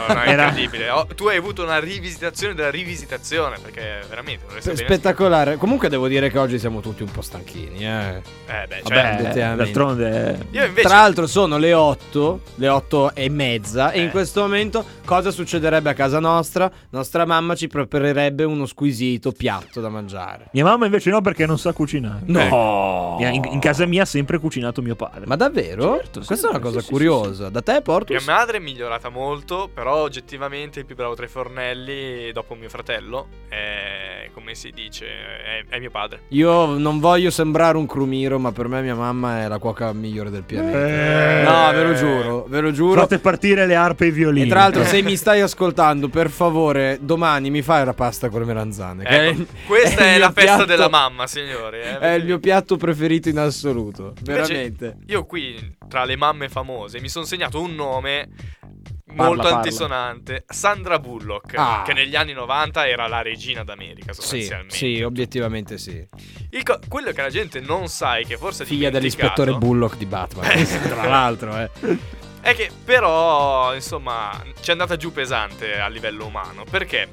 No, no, è Era- incredibile. Ho- tu hai avuto una rivisitazione della rivisitazione, perché veramente non Spe- resta bene. Spettacolare. Comunque devo dire che oggi siamo tutti un po' stanchini, eh. Eh, beh, cioè. Vabbè, certo. effettivamente. d'altronde- Io invece- Tra l'altro sono le 8, le 8 e mezza Eh. e in questo momento cosa succederebbe a casa nostra? Nostra mamma ci preparerebbe uno squisito piatto da mangiare. Mia mamma invece no perché non sa cucinare. Eh. No. Mia- In, in casa mia ha sempre cucinato mio padre. Ma davvero? Certo, Questa è una cosa curiosa. Da te porto Mia madre è migliorata molto, però oggettivamente il più bravo tra i fornelli, dopo mio fratello, è, come si dice, è, è mio padre. Io non voglio sembrare un crumiro, ma per me mia mamma è la cuoca migliore del pianeta. Eh. No, ve lo giuro, ve lo giuro. Fate Eh. partire le arpe e i violini. E tra l'altro, se mi stai ascoltando, per favore, domani mi fai la pasta con le melanzane. che Ecco, il- questa è, il la mio festa piatto- della mamma, signori. eh. È il mio piatto preferito in assoluto. Invece, Veramente. Io qui, tra le mamme famose, mi sono segnato un nome Parla, molto parla. antisonante, Sandra Bullock, Ah. che negli anni 90 era la regina d'America, Sì, sostanzialmente. sì, obiettivamente sì. Il co- quello che la gente non sa e che forse è Figlia dell'ispettore dimenticato- Bullock di Batman. tra l'altro, eh. È che però, insomma, ci è andata giù pesante a livello umano, perché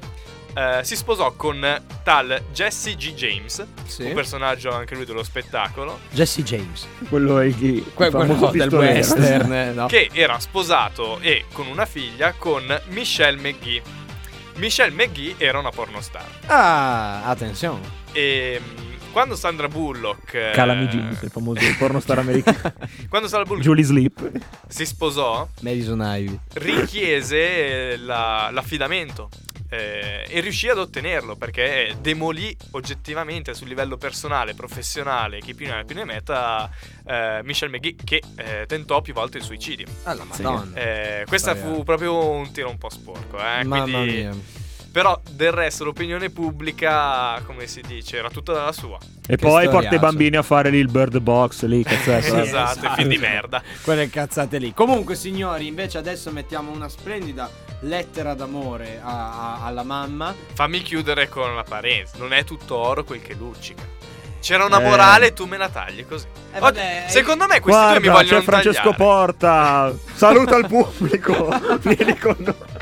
eh, si sposò con tal Jesse G. James, Sì. un personaggio anche lui dello spettacolo, Jesse James. Quello è il Que- il famoso quello del pistolero. western, eh, no. che era sposato e con una figlia con Michelle McGee. Michelle McGee era una pornostar. Ah, attenzione. E mm, quando Sandra Bullock... eh, Calami Jeans, il famoso pornostar americano. Quando Sandra Bullock Julie Sleep. si sposò, Madison Ivy. richiese eh, la- l'affidamento eh, e riuscì ad ottenerlo perché eh, demolì oggettivamente sul livello personale, professionale, chi più ne ha più ne metta, eh, Michel McGee che eh, tentò più volte il suicidio. Alla Ah, Madonna. Eh, questa Vabbè. fu proprio un tiro un po' sporco. Eh? Mamma quindi- mia. Però del resto l'opinione pubblica, come si dice, era tutta dalla sua. E poi porta storiasso. i bambini a fare lì il bird box lì, cioè. cazzetto. esatto, i film di merda. Quelle cazzate lì. Comunque, signori, invece adesso mettiamo una splendida lettera d'amore a- a- alla mamma. Fammi chiudere con la parentesi. Non è tutto oro quel che luccica. C'era una Eh. morale e tu me la tagli così. Eh, vabbè, Oggi- secondo me questi Guarda, due mi vogliono c'è Francesco tagliare. Porta. Saluta il pubblico. Vieni con noi.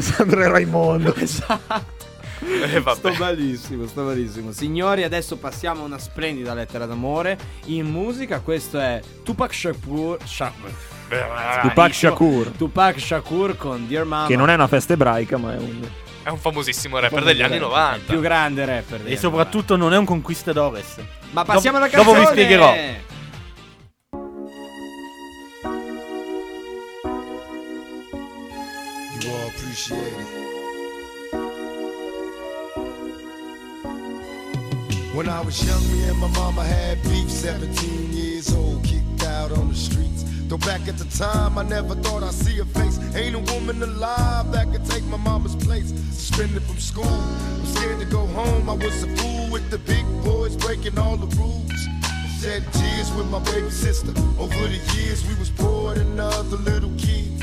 Sandro e Raimondo. Eh, vabbè. Sto malissimo, sto malissimo. Signori, adesso passiamo a una splendida lettera d'amore in musica. Questo è Tupac Shakur. Sha- Tupac Shakur. Tupac Shakur con Dear Mama. Che non è una festa ebraica, ma è un. È un famosissimo rapper degli anni 90. più grande rapper. E soprattutto non è un conquistadores. Ma passiamo alla Dopo- canzone. Dopo vi spiegherò. You all appreciate it. When I was young, me and my mama had beef. 17 years old, kicked out on the streets. Though back at the time, I never thought I'd see a face. Ain't a woman alive that could take my mama's place. Suspended from school, I'm scared to go home. I was a fool with the big boys breaking all the rules. Shed tears with my baby sister. Over the years, we was poor than other little kids.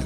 I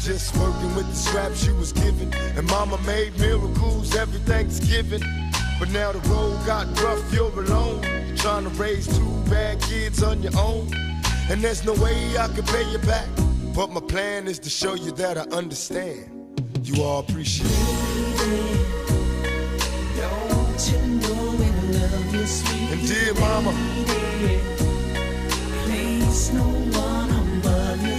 Just working with the scraps she was given. And mama made miracles every Thanksgiving. But now the road got rough, you're alone. You're trying to raise two bad kids on your own. And there's no way I could pay you back. But my plan is to show you that I understand. You all appreciate it. Don't you know we love you, sweet? And dear mama, please no one above you,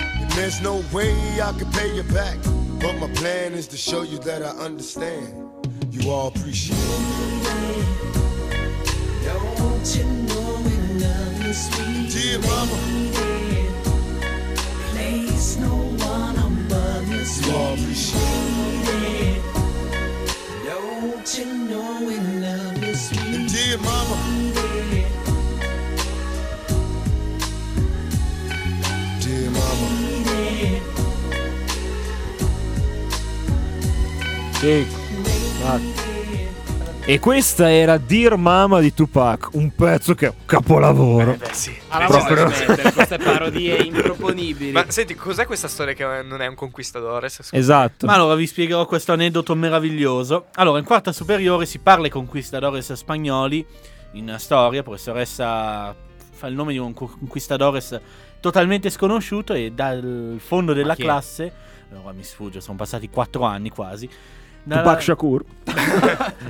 And there's no way I can pay you back. But my plan is to show you that I understand. You all appreciate it. Don't you know we love you, sweet? Dear mama. Place no one above you, sweet. You all appreciate it. Don't you know we love you, sweet? And dear mama. Dear mama. Sì. Ma- E questa era Dear Mama di Tupac, un pezzo che è un capolavoro. Eh, beh, sì. Ah, Proprio- improponibili. Ma senti, cos'è questa storia che non è un conquistador? Se- Esatto. Ma allora vi spiegherò questo aneddoto meraviglioso. Allora, in quarta superiore si parla ai conquistadores spagnoli in storia, professoressa fa il nome di un cu- conquistadores totalmente sconosciuto e dal fondo della chi è? classe, ora mi sfugge, sono passati quattro anni quasi, Tupac Shakur.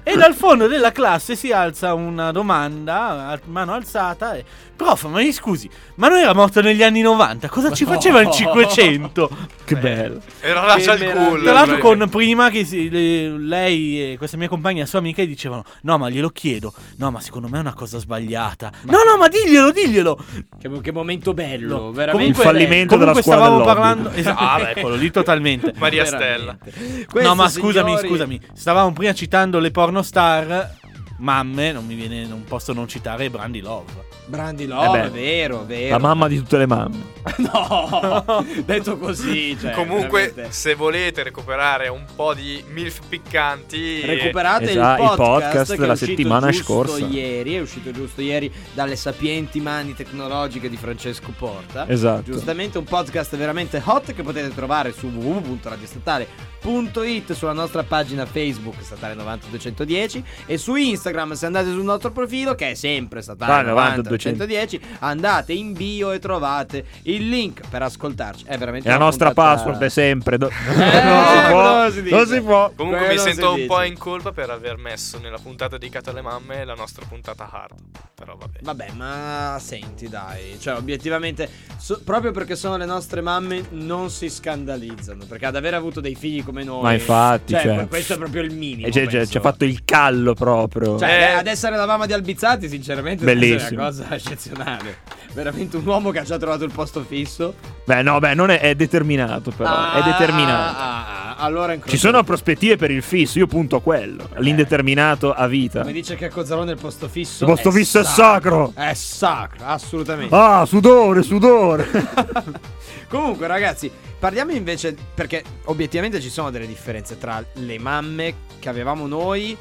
e dal fondo della classe si alza una domanda a mano alzata e prof ma mi scusi ma non era morto negli anni 90 cosa ci faceva il 500 Che bello. Era Eh, lascia il culo. tra l'altro con prima che si- le- lei e questa mia compagna sua amica gli dicevano no ma glielo chiedo no ma secondo me è una cosa sbagliata no no ma diglielo diglielo Che, che momento bello, Comunque, veramente. comunque stavamo parlando esatto, Esatto. ah, beh, quello lì totalmente Maria Veramente. Stella. no Questo, ma scusami signori- scusami stavamo prima citando le pornostar mamme non mi viene non posso non citare Brandy Love Brandy Love, Eh beh, vero, vero. La mamma di tutte le mamme. No, detto così. Cioè, Comunque, veramente. se volete recuperare un po' di MILF piccanti, Recuperate Esatto, il il podcast, podcast che è della uscito settimana giusto scorsa. Ieri, è uscito giusto ieri dalle sapienti mani tecnologiche di Francesco Porta. Esatto. Giustamente un podcast veramente hot che potete trovare su www.radiostatale.it sulla nostra pagina Facebook Statale 90210 e su Instagram se andate sul nostro profilo che è sempre Dai, Statale 90 90210 andate in bio e trovate il link per ascoltarci. È veramente E la una nostra puntata- password è sempre. do- Eh, non quello si può. si dice. Non si può. Comunque Quello mi sento si un dice. po' in colpa per aver messo nella puntata dedicata alle mamme la nostra puntata hard. Però vabbè. Vabbè, ma senti, dai, cioè, obiettivamente, so- proprio perché sono le nostre mamme, non si scandalizzano. Perché ad aver avuto dei figli come noi, Ma infatti, cioè, cioè. questo è proprio il minimo. E c'è, c'è- penso. c'è fatto il callo proprio. Cioè, ad essere la mamma di Albizzati, sinceramente, è Eh. Bellissimo. una cosa eccezionale. Veramente un uomo che ha già trovato il posto fisso. Beh, no, beh, non è, è determinato, però. è determinato. Ah, ah, allora, ancora. Ci sono prospettive per il fisso, io punto a quello. L'indeterminato a vita. Eh Come dice che a Cozzarone il posto fisso. Il posto fisso è sacro. È sacro, assolutamente. Ah, sudore, sudore. Comunque, ragazzi, parliamo invece. Perché obiettivamente ci sono delle differenze tra le mamme che avevamo noi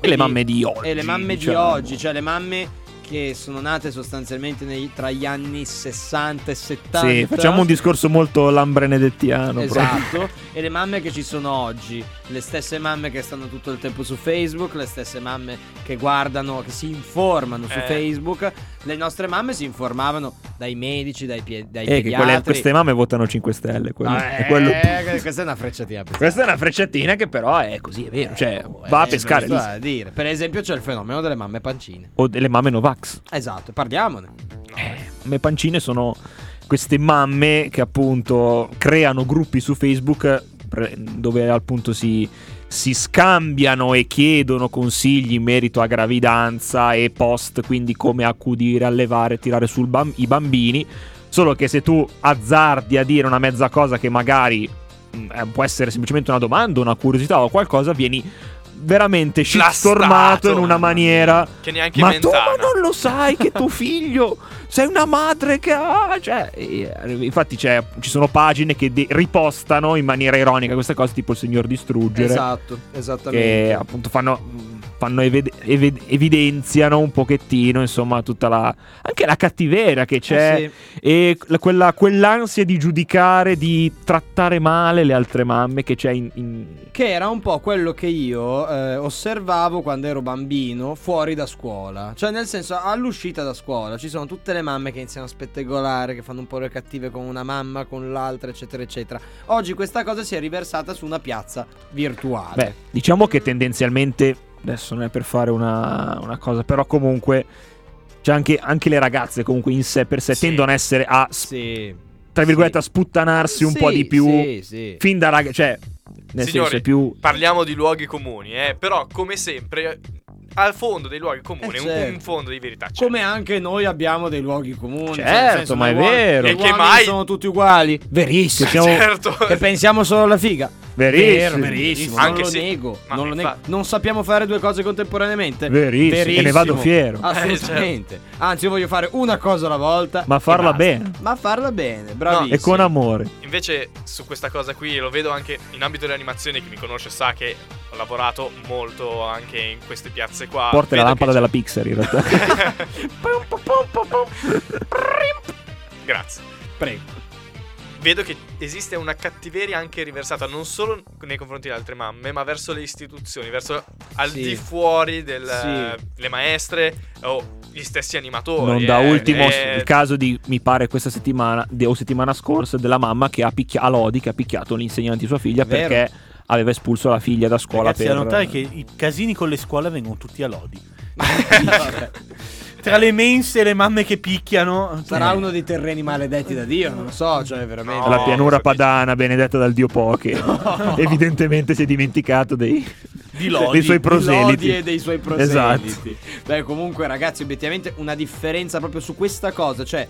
E le mamme di E oggi, Eh, le mamme di diciamo. oggi, cioè le mamme che sono nate sostanzialmente nei- tra gli anni 60 e 70. sì, facciamo un discorso molto lambrenedettiano. proprio. Esatto, e le mamme che ci sono oggi, le stesse mamme che stanno tutto il tempo su Facebook, le stesse mamme che guardano, che si informano su Eh. Facebook, le nostre mamme si informavano dai medici, dai, pie- dai Eh, che quelle- pediatri. queste mamme votano 5 stelle. quello- Ah, è quello- eh, questa è una frecciatina. Questa è una frecciatina che però è così, è vero. Cioè, va a Eh, pescare questo lì. è da dire. Per esempio, c'è il fenomeno delle mamme pancine. O delle mamme Novax. Esatto, parliamone. mamme pancine sono queste mamme che appunto creano gruppi su Facebook pre- dove appunto si, si scambiano e chiedono consigli in merito a gravidanza e post, quindi come accudire, allevare, tirare sul bam- i bambini. Solo che se tu azzardi a dire una mezza cosa che magari mh, eh, può essere semplicemente una domanda, una curiosità o qualcosa, vieni veramente shitstormato in una maniera Che neanche ma tu Mentana. ma non lo sai che tuo figlio sei una madre che ha cioè, eh, infatti c'è- ci sono pagine che de- ripostano in maniera ironica queste cose tipo il signor distruggere Esatto, esattamente. che appunto fanno, fanno evide- evide- evidenziano un pochettino insomma tutta la anche la cattiveria che c'è Eh e la- quella- quell'ansia di giudicare di trattare male le altre mamme che c'è in, in- Che era un po' quello che io eh, osservavo quando ero bambino fuori da scuola. Cioè, nel senso, all'uscita da scuola ci sono tutte le mamme che iniziano a spettegolare, che fanno un po' le cattive con una mamma, con l'altra, eccetera, eccetera. Oggi questa cosa si è riversata su una piazza virtuale. Beh, diciamo che tendenzialmente adesso non è per fare una, una cosa, però comunque c'è anche, anche le ragazze comunque in sé per sé tendono a essere a sp- tra virgolette a sputtanarsi un Sì, po' di più sì, sì. fin da ragazzi, cioè nel Signori, senso è più parliamo di luoghi comuni, eh, però come sempre al fondo dei luoghi comuni, Eh, un- certo. un fondo di verità. cioè. Come anche noi abbiamo dei luoghi comuni. cioè, nel Certo, senso, ma è noi uomini- vero. gli E che uomini mai- sono tutti uguali. Verissimo. Che Certo. siamo- Che pensiamo solo alla figa. Verissimo. Vero, verissimo. Anche non se- lo nego. Non, lo nego. non sappiamo fare due cose contemporaneamente. Eh, certo. Verissimo, e ne vado fiero. Assolutamente. Anzi, io voglio fare una cosa alla volta. Ma e farla basta. bene. Ma farla bene, bravissimo. e con amore. Ah, Invece su questa cosa qui lo vedo anche in ambito dell'animazione, chi mi conosce sa che ho lavorato molto anche in queste piazze qua. Porta la Vedo lampada della Pixar in realtà. Grazie. Prego. Vedo che esiste una cattiveria anche riversata non solo nei confronti delle altre mamme, ma verso le istituzioni, verso al Sì. di fuori delle Sì. maestre o gli stessi animatori. Non da eh. ultimo Eh, il caso di, mi pare questa settimana de- o settimana scorsa, della mamma che ha picchiato, Lodi, che ha picchiato l'insegnante di sua figlia Vero. perché aveva espulso la figlia da scuola Ragazzi, per eh, da notare che i casini con le scuole vengono tutti a lodi. Vabbè. Tra le mense e le mamme che picchiano. Sarà uno dei terreni maledetti da Dio, non lo so, cioè veramente. la pianura padana benedetta dal dio Po che evidentemente si è dimenticato dei, eh, Di Lodi. dei suoi Di Lodi proseliti e dei suoi proseliti. esatto Beh, comunque, ragazzi, obiettivamente una differenza proprio su questa cosa. Cioè,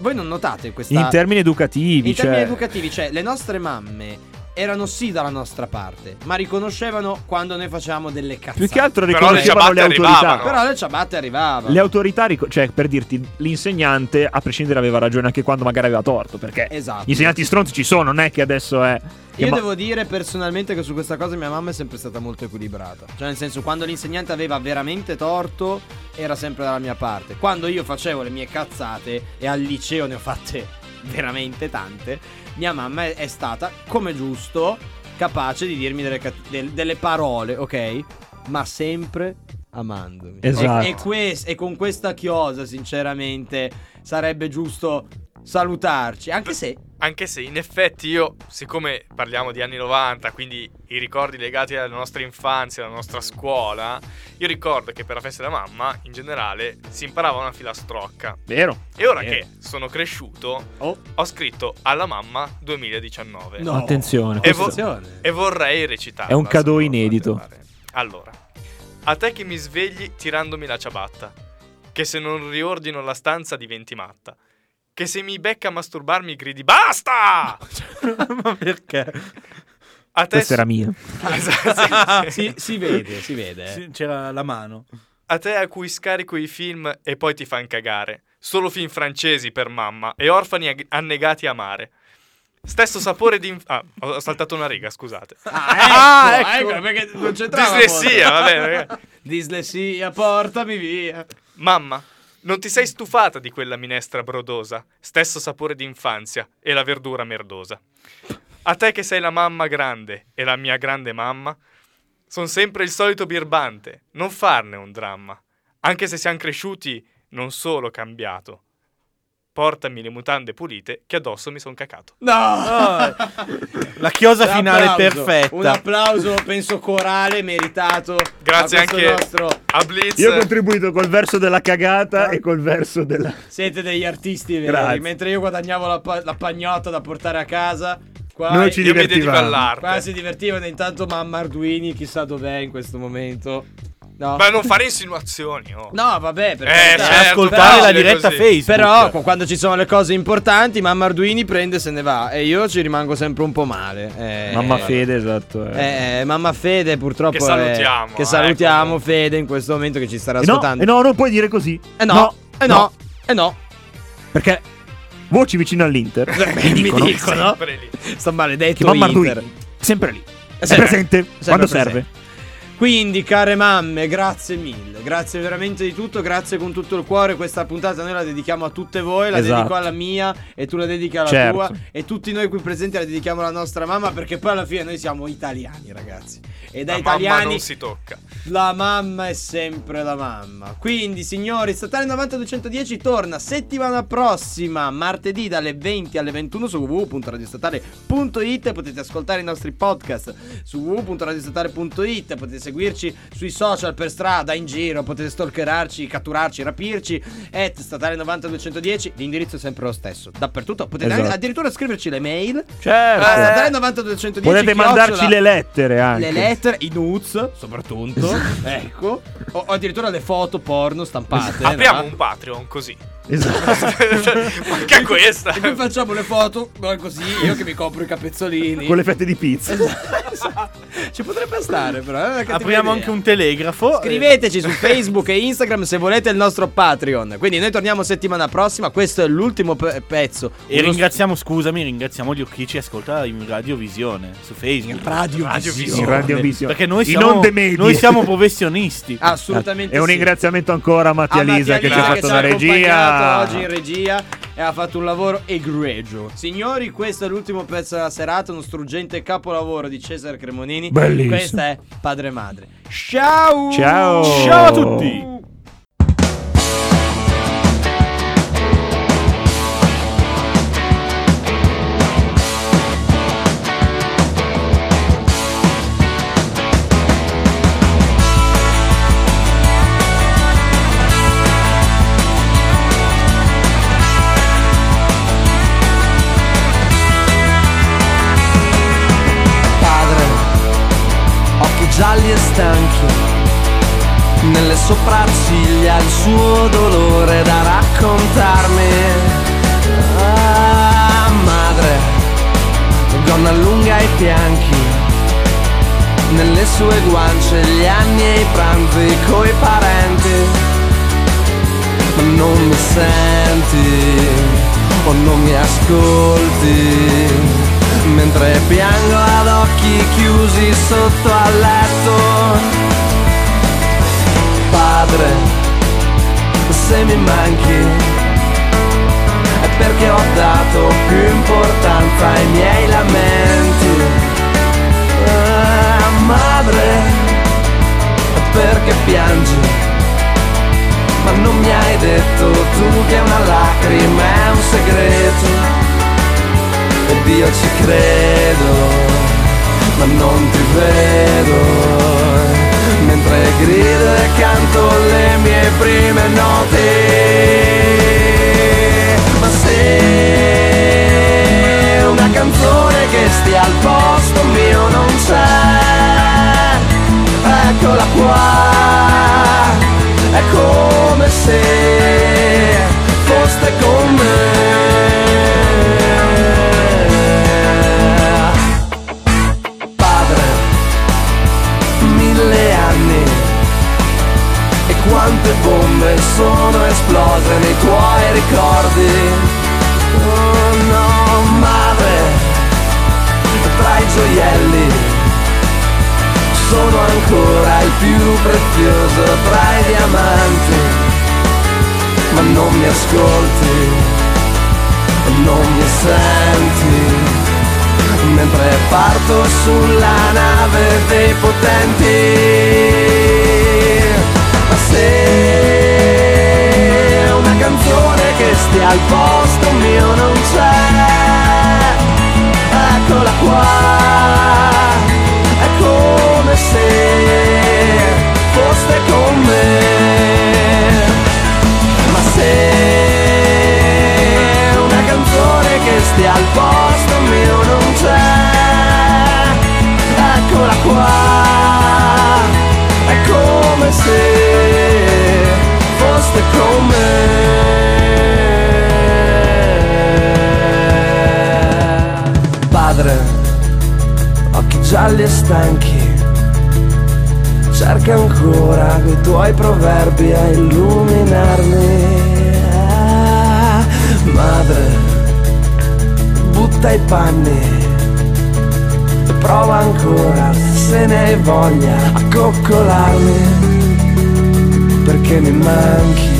voi non notate questa. in termini educativi In cioè, termini educativi, cioè, le nostre mamme erano sì dalla nostra parte, ma riconoscevano quando noi facevamo delle cazzate. Più che altro Però le riconoscevano ciabatte le autorità. arrivavano. Però le ciabatte arrivavano. le autorità rico- cioè per dirti l'insegnante a prescindere aveva ragione anche quando magari aveva torto perché Esatto. gli insegnanti stronzi ci sono non è che adesso è che Io ma- devo dire personalmente che su questa cosa mia mamma è sempre stata molto equilibrata. Cioè, nel senso, quando l'insegnante aveva veramente torto, era sempre dalla mia parte. Quando io facevo le mie cazzate, e al liceo ne ho fatte veramente tante, mia mamma è, è stata, come giusto, capace di dirmi delle, ca- del- delle parole, ok? Ma sempre amandomi. Esatto. E, e ques- e con questa chiosa, sinceramente, sarebbe giusto salutarci. Anche se. Anche se in effetti io, siccome parliamo di anni 90, quindi i ricordi legati alla nostra infanzia, alla nostra scuola, io ricordo che per la festa della mamma, in generale, si imparava una filastrocca. Vero. E ora Vero. che sono cresciuto, ho scritto alla mamma 2019. No. Attenzione, E, questo- e vorrei recitare. è un cadeau inedito Allora, a te che mi svegli tirandomi la ciabatta, che se non riordino la stanza diventi matta, che se mi becca a masturbarmi gridi BASTA! Ma perché? A te Questa era mia. Esatto, sì, sì. Si- si vede, si vede. Sì, C'era la mano. A te a cui scarico i film e poi ti fan cagare. Solo film francesi per mamma e orfani ag- annegati a mare. Stesso sapore di... inf- ah, ho saltato una riga, scusate. Ah, ecco, perché non c'entrava. Dislessia, molto. vabbè, vabbè. Dislessia, portami via. Mamma, non ti sei stufata di quella minestra brodosa, stesso sapore di infanzia e la verdura merdosa. A te che sei la mamma grande e la mia grande mamma, son sempre il solito birbante, non farne un dramma. Anche se siamo cresciuti, non solo cambiato. Portami le mutande pulite che addosso mi son cacato. No! La chiosa Un finale applauso, perfetta. Un applauso, penso, corale, meritato. Grazie a questo anche nostro- a Blitz. io ho contribuito col verso della cagata e col verso della Siete degli artisti veri. Grazie. Mentre io guadagnavo la, pa- la pagnotta da portare a casa. Qua Noi ci Io mi divertivamo. dedico all'arte. Qua si divertivano. Intanto mamma Arduini, chissà dov'è in questo momento. No. Ma non fare insinuazioni, oh. No, vabbè, per Eh, carità. certo, Ascoltare però- la diretta così. Facebook. Però qu- quando ci sono le cose importanti, mamma Arduini prende e se ne va. E io ci rimango sempre un po' male. Eh, mamma eh, fede esatto eh. Eh, mamma Fede purtroppo Che è- salutiamo, che eh, salutiamo Fede in questo momento che ci starà Eh no, ascoltando eh no, non puoi dire così. Eh no, eh no, eh no. Perché voci vicino all'Inter mi dicono, mi dicono sto che maledetto mamma Inter. Eh, Arduini sempre lì. È Sempre. presente Sempre quando presente. serve. Quindi, care mamme, grazie mille. Grazie veramente di tutto. Grazie con tutto il cuore. Questa puntata noi la dedichiamo a tutte voi. La Esatto. dedico alla mia e tu la dedichi alla Certo. tua. E tutti noi qui presenti la dedichiamo alla nostra mamma. Perché poi alla fine noi siamo italiani, ragazzi. E da La mamma italiani non si tocca. la mamma è sempre la mamma. Quindi, signori, Statale 90-210 torna settimana prossima, martedì dalle 20 alle 21 su www.radiostatale.it. Potete ascoltare i nostri podcast su www.radiostatale.it. Potete seguirci sui social per strada, in giro. Potete stalkerarci, catturarci, rapirci. At Statale 90-210. L'indirizzo è sempre lo stesso. Dappertutto. Potete Esatto. addirittura scriverci le mail. Certo. Statale 90-210. Potete mandarci chiocciola- le lettere anche. le lettere, i nudes, soprattutto. ecco. O, o addirittura le foto porno stampate. Apriamo no? un Patreon così. Eh, Esatto. Esatto. Anche questa. E poi facciamo le foto guarda così, io che mi compro i capezzolini. Con le fette di pizza. Esatto. Ci potrebbe stare, però. eh, che Apriamo idea. anche un telegrafo. Scriveteci su Facebook e Instagram se volete il nostro Patreon. Quindi noi torniamo settimana prossima. Questo è l'ultimo pe- pezzo. E Uno ringraziamo, scusami, ringraziamo gli- chi ci ascolta in radiovisione su Facebook. Radiovisione. In radiovisione. Perché noi In siamo, onde Ah. medie. noi siamo professionisti. Assolutamente E un ringraziamento ancora a Mattia Lisa che ci ha fatto una regia. oggi in regia e ha fatto un lavoro egregio. Signori, questo è l'ultimo pezzo della serata, uno struggente capolavoro di Cesare Cremonini. Bellissimo. Questa è Padre e Madre. Ciao! Ciao! Ciao a tutti! Oh. Ciao gialli e stanchi. Nelle sopracciglia il suo dolore da raccontarmi. Ah, madre, gonna lunga ai fianchi. Nelle sue guance gli anni e i pranzi coi parenti. Ma non mi senti o non mi ascolti Mentre piango ad occhi chiusi sotto al letto Padre, se mi manchi È perché ho dato più importanza ai miei lamenti Ah, Madre, perché piangi? Ma non mi hai detto tu che una lacrima è un segreto ed io ci credo, ma non ti vedo. Mentre grido e canto le mie prime note. Ma se una canzone che stia al posto mio non c'è, eccola Ecco qua, è come se foste con me. Padre, mille anni e quante bombe sono esplose nei tuoi ricordi. Oh no, madre, tra i gioielli sono ancora il più prezioso tra i diamanti. Ma non mi ascolti, non mi senti mentre parto sulla nave dei potenti. Ma se una canzone che stia al posto mio non c'è, eccola qua, Ecco è come se foste con me. Ma se una canzone che stia al posto mio non c'è, eccola qua, è come se foste con me. Padre, occhi gialli e stanchi, cerca ancora coi tuoi proverbi a illuminarmi. Ah, madre, butta i panni e prova ancora, se ne hai voglia, a coccolarmi. Perché mi manchi,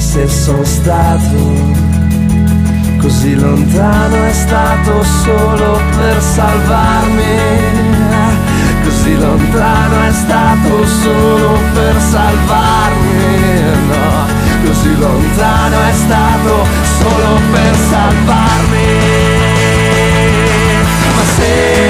se sono stato così lontano è stato solo per salvarmi. Così lontano è stato solo per salvarmi. No, così lontano è stato solo per salvarmi. Ma se